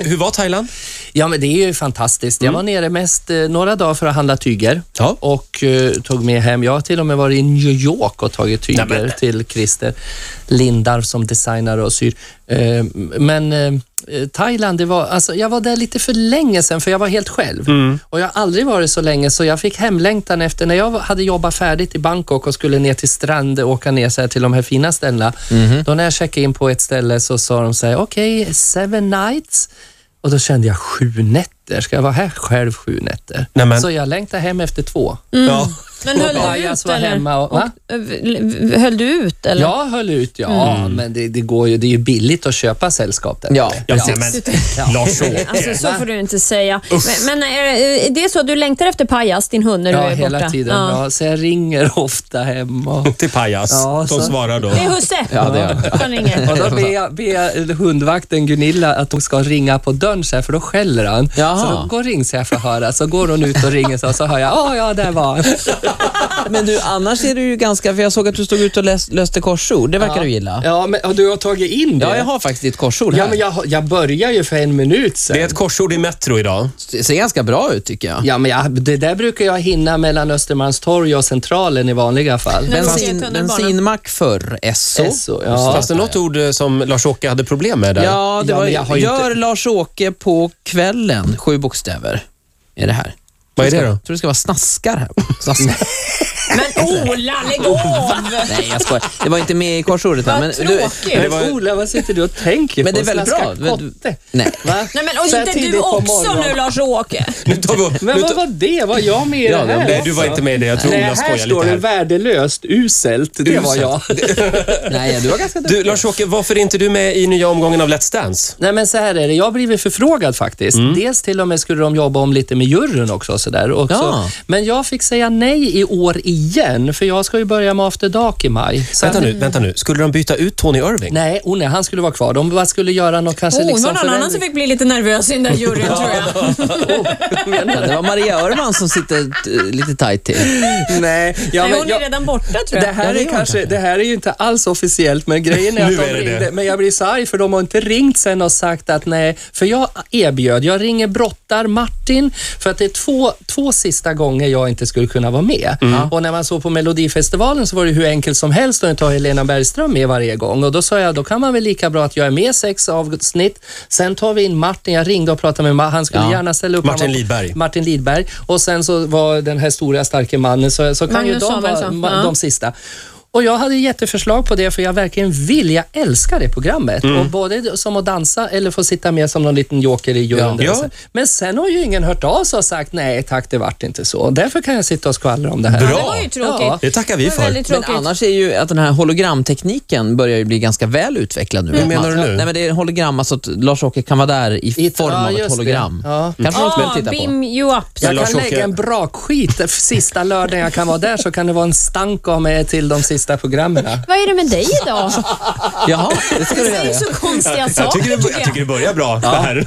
hur var Thailand? Ja, men det är ju fantastiskt. Jag var nere mest eh, några dagar för att handla tyger Mm. Ja. och eh, tog med hem. Jag har till och med varit i New York och tagit tyger Nej, men- till Christer Lindarw som designar och syr. Eh, men eh, Thailand, det var, alltså, jag var där lite för länge sedan för jag var helt själv. Mm. Och jag har aldrig varit så länge så jag fick hemlängtan efter när jag hade jobbat färdigt i Bangkok och skulle ner till strand och åka ner så här, till de här fina ställena. Mhm. Då när jag checkade in på ett ställe så sa de så här, okej, seven nights. Och då kände jag sju nätter. Ska jag vara här själv sju nätter? Nej, men- Så jag längtade hem efter två. Mm. Ja. Men höll Och du Bajas ut var eller? eh, hemma och- va? och, höll du ut eller? Jag höll ut, ja, men det, det, går ju, det är ju billigt att köpa sällskap där. Mm. Ja. Ja, men Lars-Åke. Alltså så får du inte säga. Men, men är, det- är det så att du längtar efter Pajas, din hund, när du Ja, är borta? hela tiden. Ja. Ja. så jag ringer ofta hem och, Till Pajas. Ja, De så- svarar då. Det är husse. Ja, det är Han ringer. och då ber jag, ber jag hundvakten Gunilla att hon ska ringa på dörren så här, för då skäller han. Jaha. Så då går rings jag för att höra. Så går hon ut och ringer så, så hör jag, ja, ja, där var han. Men du, annars är du ju ganska... För jag såg att du stod ut och läs, löste korsord. Det verkar du gilla. Ja, men och du har tagit in det? Ja, jag har faktiskt ditt korsord här. Ja, men jag, har- jag börjar ju för en minut sen. Det är ett korsord i Metro idag. Det ser ganska bra ut tycker jag. Ja, men jag, det där brukar jag hinna mellan Östermalmstorg och Centralen i vanliga fall. Nej. När de ser Bensin, tunnelbanan. bensinmack förr, SO. SO, ja. Fanns det något ord eh, som Lars-Åke hade problem med där? Ja, det Ja, var, men jag har ju gör inte- Lars-Åke på kvällen, sju bokstäver. Är det här. Vad är det Jag då? tror det ska vara snaskar här. Snaskar. Men oh, Ola, lägg av! Nej, jag skojar. Det var inte med i korsordet. här, Vad Men, du, tråkigt. det Men var- Ola, vad sitter du och tänker men på? det är väldigt bra. Slaskar Men, kotte? nej. Va? Nej, men, och Så här inte du tidigt på också morgonen. nu Lars-Åke. Nu tar vi upp... Men nu vad tar- var det? Var jag med i Ja, det här? Nej, du var också? inte med i det. Jag tror Nej, Ola här skojar står lite det här. värdelöst, uselt. Det var jag. nej, du var ganska duktig. Du, Lars-Åke, varför är inte du med i nya omgången av Let's Dance? Nej, men så här är det. Jag har blivit förfrågad faktiskt. Mm. Dels till och med skulle de jobba om lite med juryn också. Och så där. Och så. Ja. Men jag fick säga nej i år igen, för jag ska ju börja med After Dark i maj. Så Vänta att- nu, vänta nu. Skulle de byta ut Tony Irving? Nej, oh, nej, han skulle vara kvar. De bara skulle göra något kanske Oh, det liksom var någon annan som fick bli lite nervös i den där juryn tror jag. Ja, det var Maria Örman som sitter eh, lite tajt till. Nej, ja, Nej, men hon är jag- redan borta tror Det jag. här, är kanske, det här är ju inte alls officiellt, men grejen är Nu att de är det ringde. det. Men jag blir så arg för de har inte ringt sen och sagt att nej, för jag erbjöd, jag ringer brottar Martin för att det är två, två sista gånger jag inte skulle kunna vara med. Mm. Och när man såg på Melodifestivalen så var det hur enkelt som helst att inte ha Helena Bergström med varje gång och då sa jag, då kan man väl lika bra att jag är med sex avsnitt. Sen tar vi in Martin, jag ringde och pratade med Martin, han skulle Ja. gärna ställa upp. Martin Han var- Lidberg. Martin Lidberg och sen så var den här stora starke mannen, så, så kan ju Magnus de vara Samuelsson, ma- ja. de sista. Och jag hade jätteförslag på det för jag verkligen vill, jag älskar det programmet. Mm. Och både som att dansa eller få sitta med som någon liten joker i juryn. Ja. där. Ja. Men sen har ju ingen hört av sig och sagt nej tack, det vart inte så. Därför kan jag sitta och skvallra om det här. Det Bra. var ju tråkigt. Ja. Det tackar vi Det var för. väldigt Men tråkigt. annars är ju att den här hologramtekniken börjar ju bli ganska väl utvecklad nu. Hur menar du nu? Nej, men det är hologram, alltså att Lars-Åke kan vara där i I ett- form ja, av ett just det. hologram. Ja. Kanske något Ah, att titta på. beam you up. Men Jag kan Lars-Åke- lägga en brakskit f- sista lördagen jag kan vara där så kan det vara en stank av mig till de sista programmen. Vad är det med dig idag? Jaha, det ska Du du göra. säger så konstiga Jag saker tycker, det, jag tycker det börjar bra. Det här.